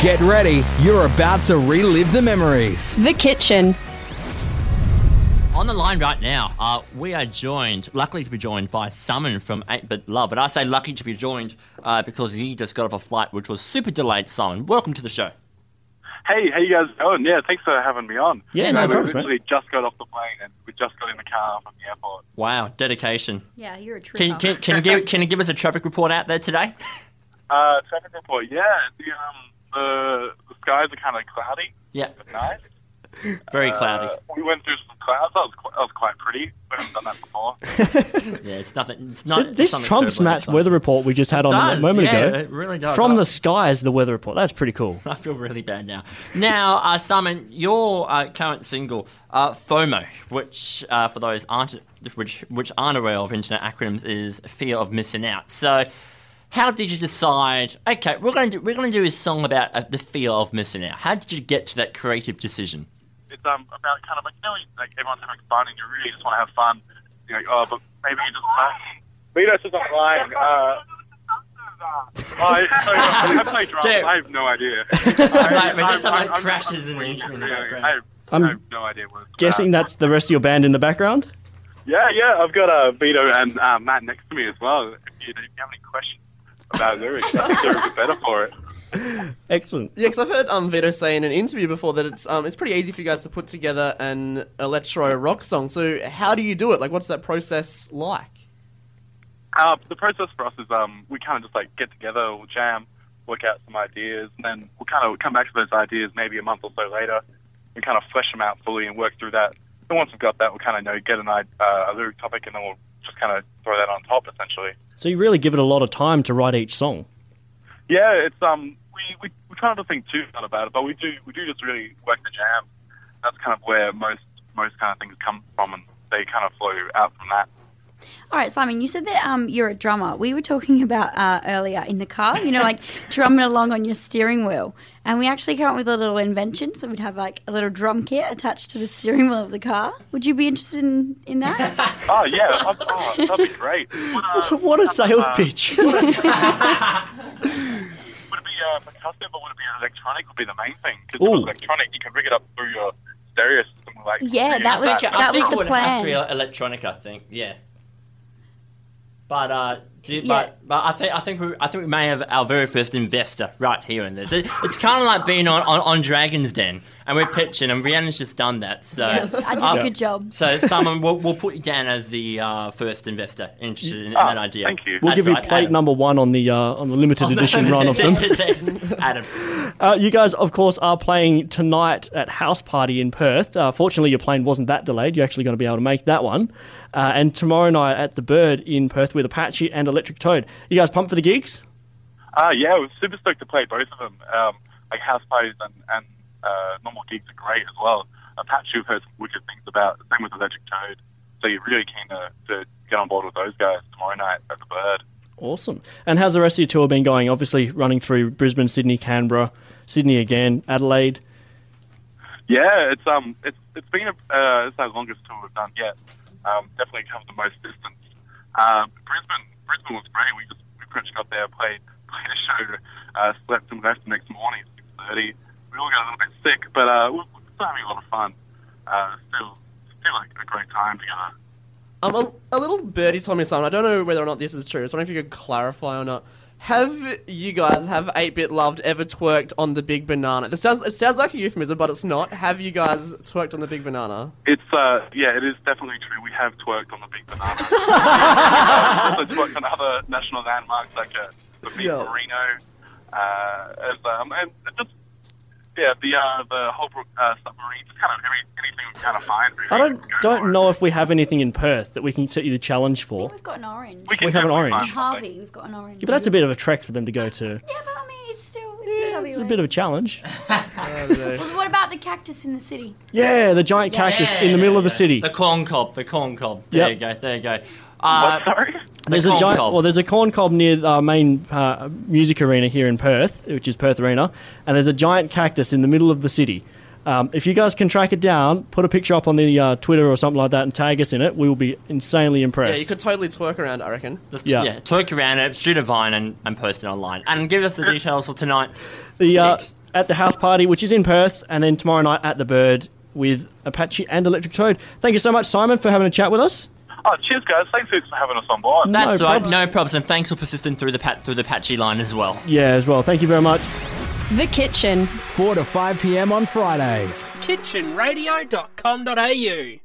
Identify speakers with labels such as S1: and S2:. S1: Get ready, you're about to relive the memories.
S2: The kitchen.
S3: On the line right now, uh, we are joined, luckily to be joined by Summon from 8 Bit Love. And I say lucky to be joined uh, because he just got off a flight which was super delayed, Summon. Welcome to the show.
S4: Hey, how you guys going? Yeah, thanks for having me on.
S3: Yeah,
S4: You
S3: no
S4: know,
S3: problems,
S4: We literally just got off the plane and we just got in the car from the airport.
S3: Wow, dedication.
S5: Yeah, you're a true
S3: Can, can, can, you, give, can you give us a traffic report out there today?
S4: Uh, traffic report, yeah, the, um, the, the skies are kind of cloudy,
S3: Yeah,
S4: but nice.
S3: very
S4: Uh,
S3: cloudy.
S4: we went through some clouds. That was, qu- that was quite pretty. We haven't done that before.
S3: Yeah, it's nothing. It's
S6: So
S3: not, it's
S6: this
S3: nothing
S6: Trump's
S3: terrible,
S6: match
S3: it's fine.
S6: weather report we just had on
S3: does,
S6: a moment
S3: yeah,
S6: ago.
S3: it really does. Uh,
S6: From
S3: I-
S6: the skies, the weather report. That's pretty cool.
S3: I feel really bad now. Now, uh, Simon, your uh, current single, uh, FOMO, which uh, for those aren't which which aren't aware of internet acronyms is fear of missing out. So, how did you decide? Okay, we're going to do, we're going to do a song about uh, the fear of missing out. How did you get to that creative decision?
S4: It's um, about kind of like, you know, like everyone's having fun and you really just want to have fun. You're like, oh, but maybe you just. Uh, Vito's just online. Uh, Oh, I, I, I play drums.
S3: Dude.
S4: I have no idea.
S3: Like, we just have, like,
S4: I'm- I'm-
S3: crashes in the internet in the
S4: I
S3: background.
S4: have,
S6: I'm
S4: I have no idea what it's
S6: Guessing
S4: about.
S6: that's the rest of your band in the background.
S4: Yeah, yeah, I've got uh, Vito and uh, Matt next to me as well. If you, if you have any questions about lyrics, I think they're a bit better for it.
S6: Excellent.
S7: Yeah, because I've heard um, Vito say in an interview before that it's um, it's pretty easy for you guys to put together an electro rock song. So how do you do it? Like, what's that process like?
S4: Uh, the process for us is um, we kind of just like get together, we'll jam, work out some ideas, and then we'll kind of come back to those ideas maybe a month or so later and kind of flesh them out fully and work through that. And once we've got that, we'll kind of know get an i- uh, a lyric topic, and then we'll just kind of throw that on top essentially.
S6: So you really give it a lot of time to write each song.
S4: Yeah, it's um, we, we we try not to think too hard about it, but we do we do just really work the jam. That's kind of where most most kind of things come from, and they kind of flow out from that.
S5: All right, Simon, you said that um, you're a drummer. We were talking about uh, earlier in the car, you know, like drumming along on your steering wheel. And we actually came up with a little invention. So we'd have like a little drum kit attached to the steering wheel of the car. Would you be interested in, in that?
S4: Oh yeah, that- oh, that'd be great. Would, uh,
S6: What a sales pitch!
S4: would it be uh, for custom or would it be electronic? Would be the main thing because if
S6: Ooh.
S4: it's electronic, you can rig it up through your stereo system. Like
S5: Yeah, that was-
S4: that,
S5: that
S3: I think
S5: was
S3: it
S5: the
S3: would have to
S5: plan.
S3: be electronic. I think, yeah. But uh, do,
S5: Yeah.
S3: but but I think I think we I think we may have our very first investor right here in this. It, it's kind of like being on, on, on Dragons Den, and we're pitching, and Rhiannon's just done that. So
S5: Yeah, I did
S3: uh,
S5: a good job.
S3: So someone we'll, we'll put you down as the uh, first investor interested in, in
S4: Ah,
S3: that idea.
S4: thank you.
S6: We'll
S3: That's
S6: give you
S3: right,
S6: plate
S3: Adam.
S6: number one on the uh, on the limited edition run of them.
S3: Adam.
S6: Uh, you guys, of course, are playing tonight at House Party in Perth. Uh, fortunately, your plane wasn't that delayed. You're actually going to be able to make that one. Uh, and tomorrow night at the Bird in Perth with Apache and Electric Toad. You guys pumped for the gigs?
S4: Uh, yeah, we're super stoked to play both of them. Um, like house parties and, and uh, normal gigs are great as well. Apache we've heard some wicked things about. Same with Electric Toad. So you're really keen to, to get on board with those guys tomorrow night at the Bird.
S6: Awesome. And how's the rest of your tour been going? Obviously, running through Brisbane, Sydney, Canberra, Sydney again, Adelaide.
S4: Yeah, it's um, it's it's been a, uh, it's our longest tour we've done yet. Um, definitely covered the most distance. Um, Brisbane, Brisbane was great. We just we pretty much got there, played played a show, uh, slept and left the next morning at six thirty. We all got a little bit sick, but uh, we- we're still having a lot of fun. Uh, still, still like a great time together.
S7: Um, a, a little birdie told me something. I don't know whether or not this is true. I was wondering if you could clarify or not. Have you guys have Eight Bit Loved ever twerked on the Big Banana? This sounds it sounds like a euphemism, but it's not. Have you guys twerked on the Big Banana?
S4: It's uh, yeah, it is definitely true. We have twerked on the Big Banana. we also twerked on other national landmarks like uh, the Big
S7: Yeah.
S4: Marino, uh, as, um, and just yeah, the uh, the Holbrook uh, submarine, just kind of every, anything we kind of find. Really,
S6: I don't
S4: we go for.
S6: don't know if we have anything in Perth that we can set you the challenge
S5: I
S6: for.
S5: think Oh, we've got an orange.
S4: can
S6: we have an
S4: definitely
S6: orange.
S4: find
S5: And
S4: something.
S5: Harvey, we've got an orange.
S6: Yeah, but that's a bit of a trek for them to go to.
S5: Yeah, but I mean, it's still, it's
S6: Yeah,
S5: in
S6: It's a
S5: WA.
S6: bit of a challenge.
S5: Well, what about the cactus in the city?
S6: Yeah, the giant cactus in the middle of the city.
S3: The corn cob. The corn cob. There
S6: Yep.
S3: you go. There you go. Uh,
S4: Sorry.
S6: There's a
S3: corn
S6: giant.
S3: cob.
S6: Well, there's a corn cob near our main uh, music arena here in Perth, which is Perth Arena, and there's a giant cactus in the middle of the city. Um, if you guys can track it down, put a picture up on the uh, Twitter or something like that and tag us in it, we will be insanely impressed.
S7: Yeah, you could totally twerk around, I reckon.
S3: Just,
S6: Yeah.
S3: yeah. twerk around it, shoot a vine, and, and post it online. And give us the details for tonight's.
S6: the uh,
S3: Yes.
S6: at the house party, which is in Perth, and then tomorrow night at the Bird with Apache and Electric Toad. Thank you so much, Simon, for having a chat with us.
S4: Oh, cheers, guys. Thanks for having us on board.
S3: That's
S6: No
S3: right,
S6: probs.
S3: no problems. And thanks for persisting through the pat through the patchy line as well.
S6: Yeah, as well. Thank you very much.
S2: The Kitchen.
S1: 4 to 5 p.m. on Fridays.
S8: kitchenradio.com.au.